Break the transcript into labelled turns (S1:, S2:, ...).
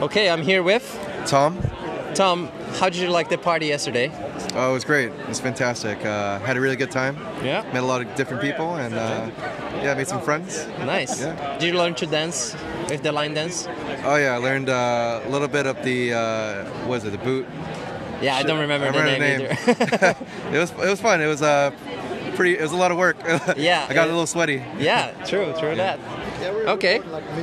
S1: Okay, I'm here with
S2: Tom?
S1: Tom. How did you like the party yesterday?
S2: Oh, it was great. It was fantastic. Uh, had a really good time.
S1: Yeah.
S2: Met a lot of different people and uh, yeah, made some friends.
S1: Nice.
S2: Yeah.
S1: Did you learn to dance with the line dance?
S2: Oh yeah, I learned uh, a little bit of the uh, what was it the boot?
S1: Yeah, I don't remember, the name,
S2: it was it was fun. It was uh, pretty. It was a lot of work.
S1: Yeah,
S2: I got
S1: it-
S2: a little sweaty.
S1: either. yeah, true, true that. Okay.